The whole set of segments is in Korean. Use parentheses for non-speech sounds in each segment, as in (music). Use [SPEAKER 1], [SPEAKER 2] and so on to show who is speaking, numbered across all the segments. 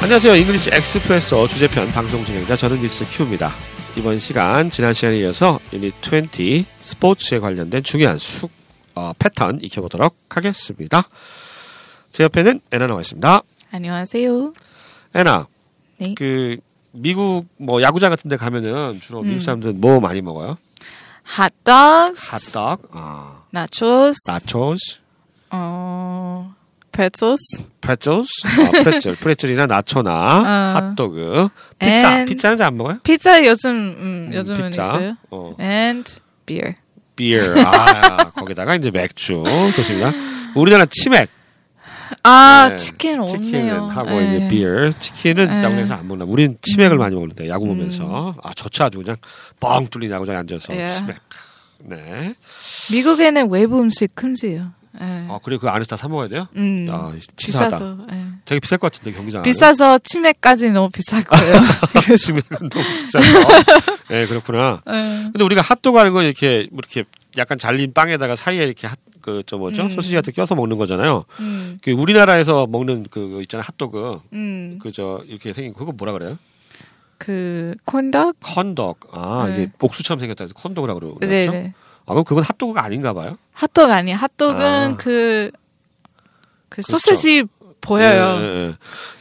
[SPEAKER 1] 안녕하세요. 잉글리시 엑스프레소 주제편 방송 진행자 저는 미스 큐입니다. 이번 시간 지난 시간에 이어서 유닛 20 스포츠에 관련된 중요한 수, 어, 패턴 익혀보도록 하겠습니다. 제 옆에는 애나 나와 있습니다.
[SPEAKER 2] 안녕하세요.
[SPEAKER 1] 애나,
[SPEAKER 2] 네.
[SPEAKER 1] 그 미국 뭐 야구장 같은 데 가면은 주로 미국 사람들은 뭐 많이 먹어요?
[SPEAKER 2] 핫도그,
[SPEAKER 1] 핫떡, 아,
[SPEAKER 2] 나초스,
[SPEAKER 1] 나초스,
[SPEAKER 2] 어, 페토스,
[SPEAKER 1] 프레첼스, 어, 프레첼, 프레첼이나 나초나
[SPEAKER 2] 어.
[SPEAKER 1] 핫도그, 피자,
[SPEAKER 2] And-
[SPEAKER 1] 피자는 잘 안 먹어요?
[SPEAKER 2] 피자 요즘 음,
[SPEAKER 1] 음,
[SPEAKER 2] 요즘은 있어요.
[SPEAKER 1] 어.
[SPEAKER 2] And beer. (laughs)
[SPEAKER 1] beer. 아, 거기다가 이제 맥주. 좋습니다. 우리나라 치맥.
[SPEAKER 2] 아
[SPEAKER 1] 네.
[SPEAKER 2] 치킨 없네요.
[SPEAKER 1] 치킨은 하고
[SPEAKER 2] 네.
[SPEAKER 1] 이제 beer. 치킨은
[SPEAKER 2] 네. 음.
[SPEAKER 1] 야구장에서 안 먹나. 우린 치맥을 많이 먹는데 야구 보면서. 아, 저차 아주 그냥 뻥 뚫린 야구장에 앉아서
[SPEAKER 2] 예.
[SPEAKER 1] 치맥. 네.
[SPEAKER 2] 미국에는 외부 음식 금지예요. 예.
[SPEAKER 1] 아, 그리고 그 안에서 다 사 먹어야 돼요?
[SPEAKER 2] 음,
[SPEAKER 1] 야, 치사하다. 아.
[SPEAKER 2] 비싸서 예.
[SPEAKER 1] 되게 비쌀 것 같은데 경기장.
[SPEAKER 2] 비싸서 치맥까지 너무 비쌀 거예요.
[SPEAKER 1] (laughs) 치맥은 너무 비싸요. 네, 그렇구나.
[SPEAKER 2] 예.
[SPEAKER 1] 근데 우리가 핫도그 하는 거 이렇게 뭐 이렇게 약간 잘린 빵에다가 사이에 이렇게 핫, 그저 뭐죠?
[SPEAKER 2] 음.
[SPEAKER 1] 소시지 같은 거 껴서 먹는 거잖아요.
[SPEAKER 2] 음,
[SPEAKER 1] 그 우리나라에서 먹는 그 있잖아요 핫도그
[SPEAKER 2] 음,
[SPEAKER 1] 그 저 이렇게 생긴 거, 그거 뭐라 그래요?
[SPEAKER 2] 그 콘덕.
[SPEAKER 1] 컨덕 아
[SPEAKER 2] 네.
[SPEAKER 1] 이게 목수처럼 생겼다 해서 컨덕이라고 그러죠?
[SPEAKER 2] 네네.
[SPEAKER 1] 아 그럼 그건 핫도그가 아닌가 봐요?
[SPEAKER 2] 핫도그 아니. 핫도그는
[SPEAKER 1] 아.
[SPEAKER 2] 그, 그
[SPEAKER 1] 그렇죠.
[SPEAKER 2] 소시지 보여요.
[SPEAKER 1] 예, 예, 예.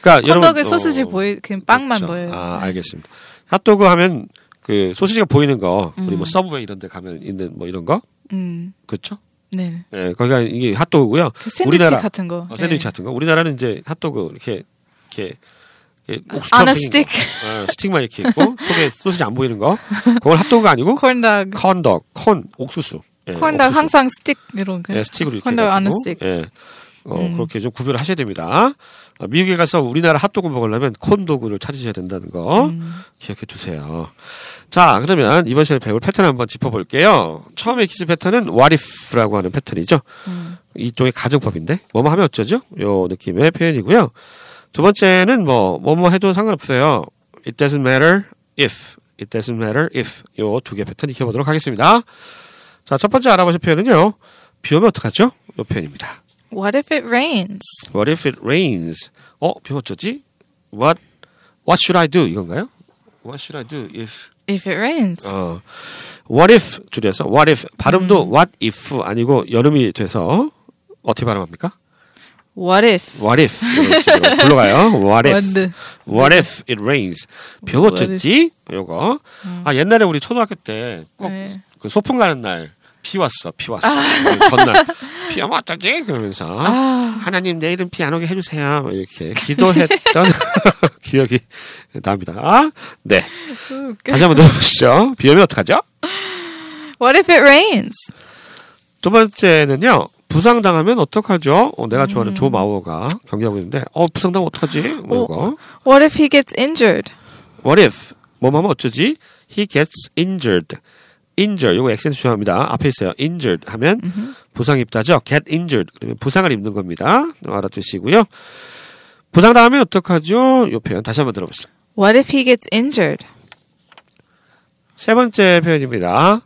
[SPEAKER 1] 그러니까
[SPEAKER 2] 콘덕에
[SPEAKER 1] 여러분,
[SPEAKER 2] 소시지
[SPEAKER 1] 어,
[SPEAKER 2] 보이 그냥 빵만
[SPEAKER 1] 그렇죠.
[SPEAKER 2] 보여요.
[SPEAKER 1] 아
[SPEAKER 2] 네.
[SPEAKER 1] 알겠습니다. 핫도그 하면 그 소시지가 보이는 거 우리
[SPEAKER 2] 음.
[SPEAKER 1] 뭐 서브웨이 이런 데 가면 있는 뭐 이런 거
[SPEAKER 2] 음,
[SPEAKER 1] 그렇죠?
[SPEAKER 2] 네.
[SPEAKER 1] 예, 거기가 이게 핫도그고요.
[SPEAKER 2] 그 샌드위치
[SPEAKER 1] 우리나라-
[SPEAKER 2] 같은 거.
[SPEAKER 1] 어, 샌드위치
[SPEAKER 2] 네.
[SPEAKER 1] 같은 거. 우리나라는 이제 핫도그 이렇게 이렇게 이렇게
[SPEAKER 2] 아나
[SPEAKER 1] 목수처럼 생긴
[SPEAKER 2] 스틱,
[SPEAKER 1] 거. 어, 스틱만 이렇게 있고 속에 소시지 안 보이는 거. 그건 핫도그가 아니고
[SPEAKER 2] 콘닭,
[SPEAKER 1] 컨덕, 콘, 옥수수. 예,
[SPEAKER 2] 콘닭
[SPEAKER 1] 옥수수.
[SPEAKER 2] 항상 스틱 이런 거.
[SPEAKER 1] 예, 스틱으로 이렇게
[SPEAKER 2] 콘덕
[SPEAKER 1] 해가지고,
[SPEAKER 2] 안에 스틱.
[SPEAKER 1] 예. 어,
[SPEAKER 2] 음.
[SPEAKER 1] 그렇게 좀 구별을 하셔야 됩니다. 아, 미국에 가서 우리나라 핫도그 먹으려면 콘도그를 찾으셔야 된다는 거
[SPEAKER 2] 음.
[SPEAKER 1] 기억해 두세요. 자, 그러면 이번 시간에 배울 패턴 한번 짚어볼게요. 처음에 퀴즈 패턴은 what if라고 하는 패턴이죠.
[SPEAKER 2] 음.
[SPEAKER 1] 이쪽의 가정법인데 뭐뭐 하면 어쩌죠? 요 느낌의 표현이고요. 두 번째는 뭐 뭐뭐 해도 상관없어요. It doesn't matter if. It doesn't matter if. 요 두 개 패턴 익혀보도록 하겠습니다. 자, 첫 번째 알아보실 표현은요. 비 오면 어떡하죠? 요 표현입니다.
[SPEAKER 2] What if it rains?
[SPEAKER 1] What if it rains? 어, 비 오면 어쩌지? What What should I do? 이건가요? What should I do if
[SPEAKER 2] If it rains.
[SPEAKER 1] 어, what if 줄여서 what if 발음도 what if 아니고 여름이 돼서 어떻게 발음합니까?
[SPEAKER 2] What if?
[SPEAKER 1] What if 이런 식으로 불러가요. What if? 아.
[SPEAKER 2] 원드.
[SPEAKER 1] What if it rains? 비 어쩌지? 요거. 아 옛날에 우리 초등학교 때 꼭 그
[SPEAKER 2] 네.
[SPEAKER 1] 소풍 가는 날 비 왔어, 비 왔어. 그 전날 비 오면 어쩌지? 그러면서 하나님 내일은 비 안 오게 해주세요. 뭐 이렇게 기도했던 (laughs) 기억이 납니다. 아, 네. 다시 한번 들어보시죠. 비 오면 어떡하죠?
[SPEAKER 2] What if it rains?
[SPEAKER 1] 두 번째는요. 부상당하면 어떡하죠? 어, 내가 좋아하는 조 마오가 경기하고 있는데, 어, 부상당하면 어떡하지? 뭐
[SPEAKER 2] 어.
[SPEAKER 1] 이거.
[SPEAKER 2] What if he gets injured?
[SPEAKER 1] What if? 뭐 하면 어쩌지? He gets injured. injured. 요거 액센트 중요합니다. 앞에 있어요. injured 하면 부상 입다죠. get injured. 그러면 부상을 입는 겁니다. 알아두시고요. 부상 당하면 어떡하죠? 요 표현 다시 한번 들어보시죠.
[SPEAKER 2] What if he gets injured?
[SPEAKER 1] 세 번째 표현입니다.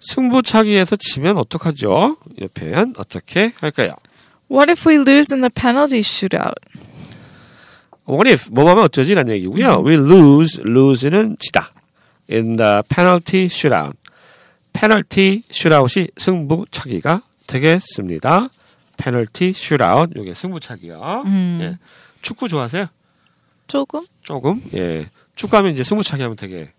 [SPEAKER 1] 승부차기에서 지면 어떡하죠? 요 표현 어떻게 할까요?
[SPEAKER 2] What if we lose in the penalty shootout?
[SPEAKER 1] What if? 뭐 하면 어쩌지라는 얘기고요.
[SPEAKER 2] 음.
[SPEAKER 1] We lose, lose는 지다. In the penalty shootout. penalty shootout이 승부차기가 되겠습니다. penalty shootout. 이게 승부차기요.
[SPEAKER 2] 음.
[SPEAKER 1] 예. 축구 좋아하세요?
[SPEAKER 2] 조금?
[SPEAKER 1] 조금? 예. 축구하면 이제 승부차기 하면 되게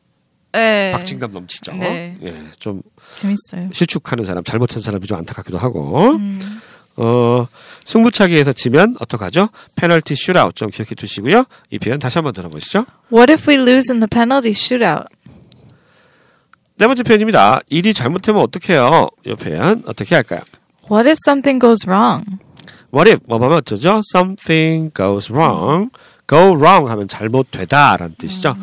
[SPEAKER 2] 네.
[SPEAKER 1] 박진감 넘치죠.
[SPEAKER 2] 네.
[SPEAKER 1] 예. 좀
[SPEAKER 2] 재밌어요.
[SPEAKER 1] 실축하는 사람, 잘못한 사람이 좀 안타깝기도 하고.
[SPEAKER 2] 음.
[SPEAKER 1] 어, 승부차기에서 지면 어떡하죠? penalty shootout 좀 기억해 두시고요. 이 표현 다시 한번 들어보시죠.
[SPEAKER 2] What if we lose in the penalty shootout?
[SPEAKER 1] 네 번째 표현입니다. 일이 잘못되면 어떡해요? 이 표현 어떻게 할까요?
[SPEAKER 2] What if something goes wrong?
[SPEAKER 1] What if 뭐하면 어쩌죠? Something goes wrong. Go wrong 하면 잘못되다라는 뜻이죠.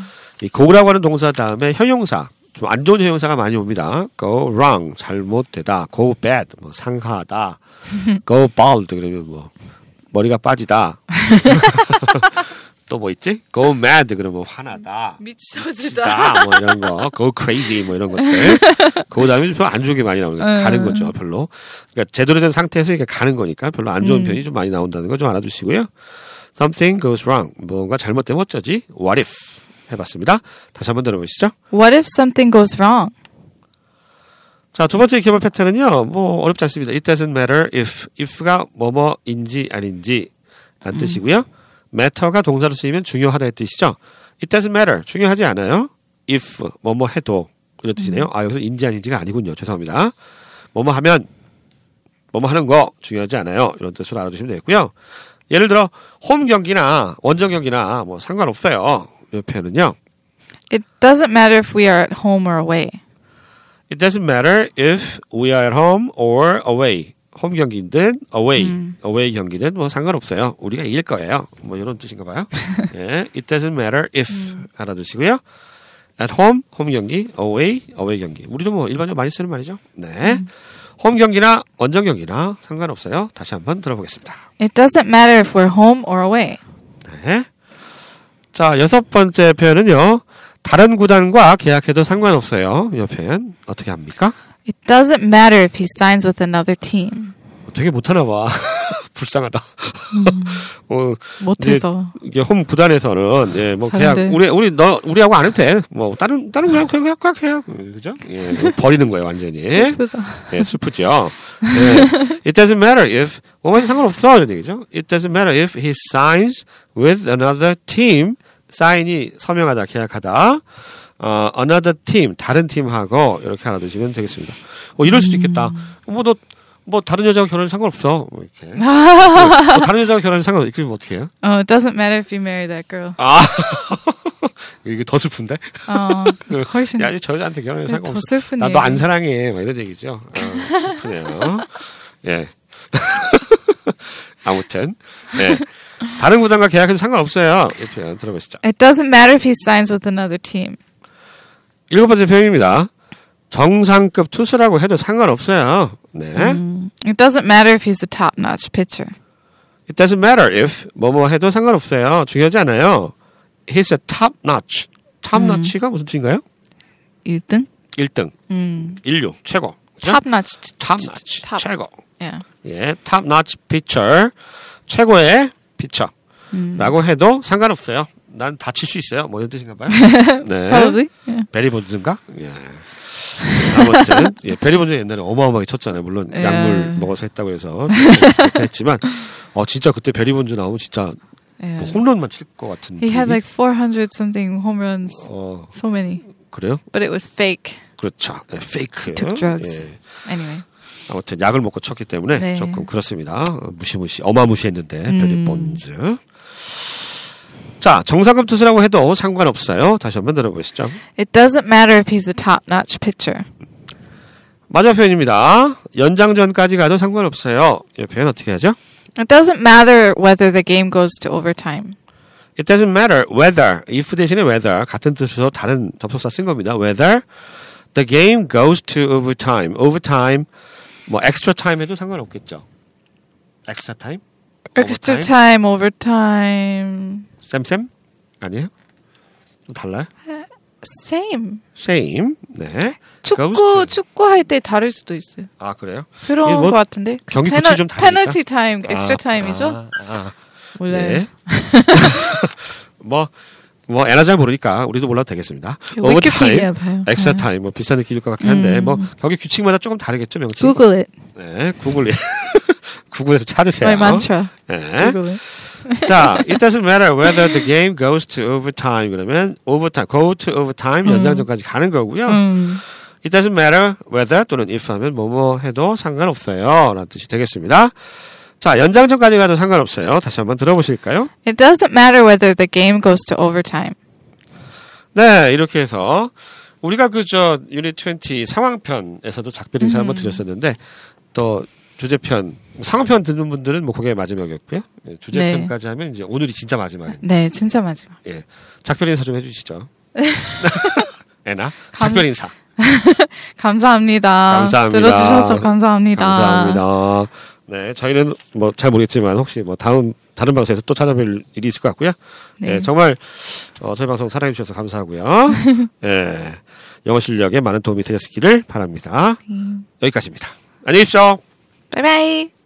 [SPEAKER 1] 이 go라고 하는 동사 다음에 형용사 좀 안 좋은 형용사가 많이 옵니다. Go wrong 잘못되다. Go bad 뭐 상하다. Go bald 그러면 뭐 머리가 빠지다. (laughs) 또 뭐 있지? Go mad 그러면 화나다. 지다 뭐 이런 거 go crazy 뭐 이런 것들 그 다음에 좀 안 좋은 게 많이 나오니까
[SPEAKER 2] 음.
[SPEAKER 1] 가는 거죠 별로 그러니까 제대로 된 상태에서 이게 가는 거니까 별로 안 좋은 편이 좀 많이 나온다는 거 좀 알아두시고요 something goes wrong. 뭔가 잘못되면 어쩌지? What if? 해봤습니다. 다시 한번 들어보시죠.
[SPEAKER 2] What if something goes wrong?
[SPEAKER 1] 자, 두 번째 기본 패턴은요, 뭐, 어렵지 않습니다. It doesn't matter if, if가 뭐뭐인지 아닌지, 라는 뜻이고요. matter가 동사로 쓰이면 중요하다의 뜻이죠. It doesn't matter. 중요하지 않아요. if, 뭐뭐 해도. 이런 뜻이네요. 아, 여기서 인지 아닌지가 아니군요. 죄송합니다. 뭐뭐 하면, 뭐뭐 하는 거 중요하지 않아요. 이런 뜻으로 알아두시면 되겠고요. 예를 들어, 홈 경기나 원정 경기나 뭐 상관없어요. 옆에는요.
[SPEAKER 2] It doesn't matter if we are at home or away.
[SPEAKER 1] It doesn't matter if we are at home or away. 홈 경기든 away, away 경기든 뭐 상관없어요. 우리가 이길 거예요. 뭐 이런 뜻인가 봐요. 예, it doesn't matter if 알아두시고요. At home, 홈 경기, away, away 경기. 우리도 뭐 일반적으로 많이 쓰는 말이죠. 네, 홈 경기나 원정 경기나 상관없어요. 다시 한번 들어보겠습니다.
[SPEAKER 2] It doesn't matter if we're home or away.
[SPEAKER 1] 네. 자, 여섯 번째 표현은요. 다른 구단과 계약해도 상관없어요. 이 표현 어떻게 합니까?
[SPEAKER 2] It doesn't matter if he signs with another team.
[SPEAKER 1] 되게 못하나 봐. (laughs) 불쌍하다. (laughs)
[SPEAKER 2] 음.
[SPEAKER 1] 어,
[SPEAKER 2] 못해서.
[SPEAKER 1] 이게 홈 구단에서는 예, 뭐 계약
[SPEAKER 2] 사람들.
[SPEAKER 1] 우리 우리 너 우리하고 안 해도 돼. 뭐 다른 다른 그냥 그냥 그냥 해요. 그죠? 예, 이거 버리는 거예요 완전히.
[SPEAKER 2] 네.
[SPEAKER 1] 예, 슬프죠. 예. It doesn't matter if 뭐가 상관없어 이런 얘기죠. It doesn't matter if he signs with another team. 사인이 서명하다 계약하다. 어, another team 다른 팀하고 이렇게 알아두시면 되겠습니다. 어, 이럴 수도 있겠다. 뭐 너 뭐 다른 여자하고 결혼 상관없어. 뭐 이렇게. 뭐 다른 여자하고 결혼 상관없어. 그럼 어떻게 해요?
[SPEAKER 2] oh, it doesn't matter if you marry that girl.
[SPEAKER 1] 아 (laughs) 이게 더 슬픈데?
[SPEAKER 2] Oh, 훨씬.
[SPEAKER 1] 야, 저 여자한테 결혼해
[SPEAKER 2] 네, 더
[SPEAKER 1] 상관없어.
[SPEAKER 2] 슬픈
[SPEAKER 1] 나너 안
[SPEAKER 2] 얘기.
[SPEAKER 1] 사랑해. 막 이런 얘기죠. 아, 슬프네요. 예. (laughs) 아무튼 예. 다른 구단과 계약은 상관없어요. 이 표현 들어보시죠.
[SPEAKER 2] It doesn't matter if he signs with another team.
[SPEAKER 1] 일곱 번째 표현입니다. 정상급 투수라고 해도 상관없어요. 네.
[SPEAKER 2] It doesn't matter if he's a top-notch pitcher.
[SPEAKER 1] It doesn't matter if 뭐뭐 해도 상관없어요. 중요하지 않아요. He's a top notch.
[SPEAKER 2] 음.
[SPEAKER 1] Top notch가 무슨 뜻인가요?
[SPEAKER 2] 1등?
[SPEAKER 1] 1등.
[SPEAKER 2] 음.
[SPEAKER 1] 인류 최고.
[SPEAKER 2] Top-notch.
[SPEAKER 1] 탑 나치
[SPEAKER 2] Top.
[SPEAKER 1] 최고
[SPEAKER 2] Yeah.
[SPEAKER 1] 예 탑 나치 피처 최고의 피처라고
[SPEAKER 2] 음.
[SPEAKER 1] 해도 상관없어요 난 다칠 수 있어요 뭐 이런 뜻인가
[SPEAKER 2] (laughs)
[SPEAKER 1] 봐요 네
[SPEAKER 2] Probably. Yeah.
[SPEAKER 1] 베리 본즈인가 예 아무튼 예 베리 본즈 옛날에 어마어마하게 쳤잖아요 물론
[SPEAKER 2] 예.
[SPEAKER 1] 약물 먹어서 했다고
[SPEAKER 2] (laughs)
[SPEAKER 1] 해서 그렇게 했지만 어 진짜 그때 베리 본즈 나오면 진짜
[SPEAKER 2] Yeah.
[SPEAKER 1] 뭐 홈런만 칠 것 같은
[SPEAKER 2] 네. He had
[SPEAKER 1] 분위기?
[SPEAKER 2] like 400 something home runs.
[SPEAKER 1] 어
[SPEAKER 2] So many.
[SPEAKER 1] 그래요
[SPEAKER 2] But it was fake.
[SPEAKER 1] 그렇죠 예, 페이크
[SPEAKER 2] Took drugs.
[SPEAKER 1] 예.
[SPEAKER 2] Anyway.
[SPEAKER 1] 아무튼 약을 먹고 쳤기 때문에
[SPEAKER 2] 네.
[SPEAKER 1] 조금 그렇습니다. 어, 무시무시 어마무시했는데 별이 본즈. 자 정상급 투수라고 해도 상관없어요. 다시 한번 들어보시죠.
[SPEAKER 2] It doesn't matter if he's a top-notch pitcher.
[SPEAKER 1] 마지막 표현입니다. 연장전까지 가도 상관없어요. 이 표현 어떻게 하죠?
[SPEAKER 2] It doesn't matter whether the game goes to overtime.
[SPEAKER 1] It doesn't matter whether if 대신에 whether 같은 뜻으로 다른 접속사 쓴 겁니다. Whether the game goes to overtime, overtime 뭐 extra time에도 상관없겠죠. extra time?
[SPEAKER 2] Extra
[SPEAKER 1] Overtime?
[SPEAKER 2] time, overtime.
[SPEAKER 1] 쌤쌤? 아니에요? 좀 달라요?
[SPEAKER 2] Same.
[SPEAKER 1] same. 네.
[SPEAKER 2] 축구
[SPEAKER 1] Goes to-
[SPEAKER 2] 축구 할 때 다를 수도 있어요.
[SPEAKER 1] 아 그래요? 이게
[SPEAKER 2] 그런
[SPEAKER 1] 뭐
[SPEAKER 2] 것 같은데.
[SPEAKER 1] 경기
[SPEAKER 2] 페널-
[SPEAKER 1] 규칙이 좀 다르니까?
[SPEAKER 2] 페널티 타임, 엑스트라 타임이죠? 네.
[SPEAKER 1] 아, 아,
[SPEAKER 2] 몰라요.
[SPEAKER 1] 예. (laughs) 뭐. 뭐 에나 잘 모르니까 우리도 몰라도 되겠습니다.
[SPEAKER 2] 위키피디아 봐요. 네. 음.
[SPEAKER 1] 엑스트라 타임, 뭐 비슷한 느낌일 것 같긴 한데 뭐 경기 규칙마다 조금 다르겠죠 명칭.
[SPEAKER 2] Google it.
[SPEAKER 1] 네, 구글 (laughs) 구글에서 찾으세요.
[SPEAKER 2] My mantra.
[SPEAKER 1] 네.
[SPEAKER 2] Google it.
[SPEAKER 1] 자, it doesn't matter whether the game goes to overtime 그러면 overtime, go to overtime 연장전까지 가는 거고요.
[SPEAKER 2] 음.
[SPEAKER 1] It doesn't matter whether 또는 if 하면 뭐뭐 해도 상관없어요. 라는 뜻이 되겠습니다. 자, 연장전까지 가도 상관없어요. 다시 한번 들어보실까요?
[SPEAKER 2] It doesn't matter whether the game goes to overtime.
[SPEAKER 1] 네, 이렇게 해서 우리가 그저 유닛 20 상황편에서도 작별 인사 한번 드렸었는데 또 주제편, 상황편 듣는 분들은 뭐 그게 마지막이었고요. 예, 주제편까지 하면 이제 오늘이 진짜 마지막이에요.
[SPEAKER 2] 네, 진짜 마지막.
[SPEAKER 1] 예. 작별 인사 좀 해주시죠. 애나 작별 인사.
[SPEAKER 2] 감사합니다.
[SPEAKER 1] 감사합니다.
[SPEAKER 2] 들어주셔서 감사합니다.
[SPEAKER 1] 감사합니다. 네, 저희는 뭐 잘 모르겠지만 혹시 뭐 다음 다른 방송에서 또 찾아뵐 일이 있을 것 같고요. 네,
[SPEAKER 2] 네.
[SPEAKER 1] 정말 어, 저희 방송 사랑해 주셔서
[SPEAKER 2] (laughs)
[SPEAKER 1] 감사하고요. 예, 영어 실력에 많은 도움이 되셨기를 바랍니다. 여기까지입니다. 안녕히 계십시오.
[SPEAKER 2] 바이바이.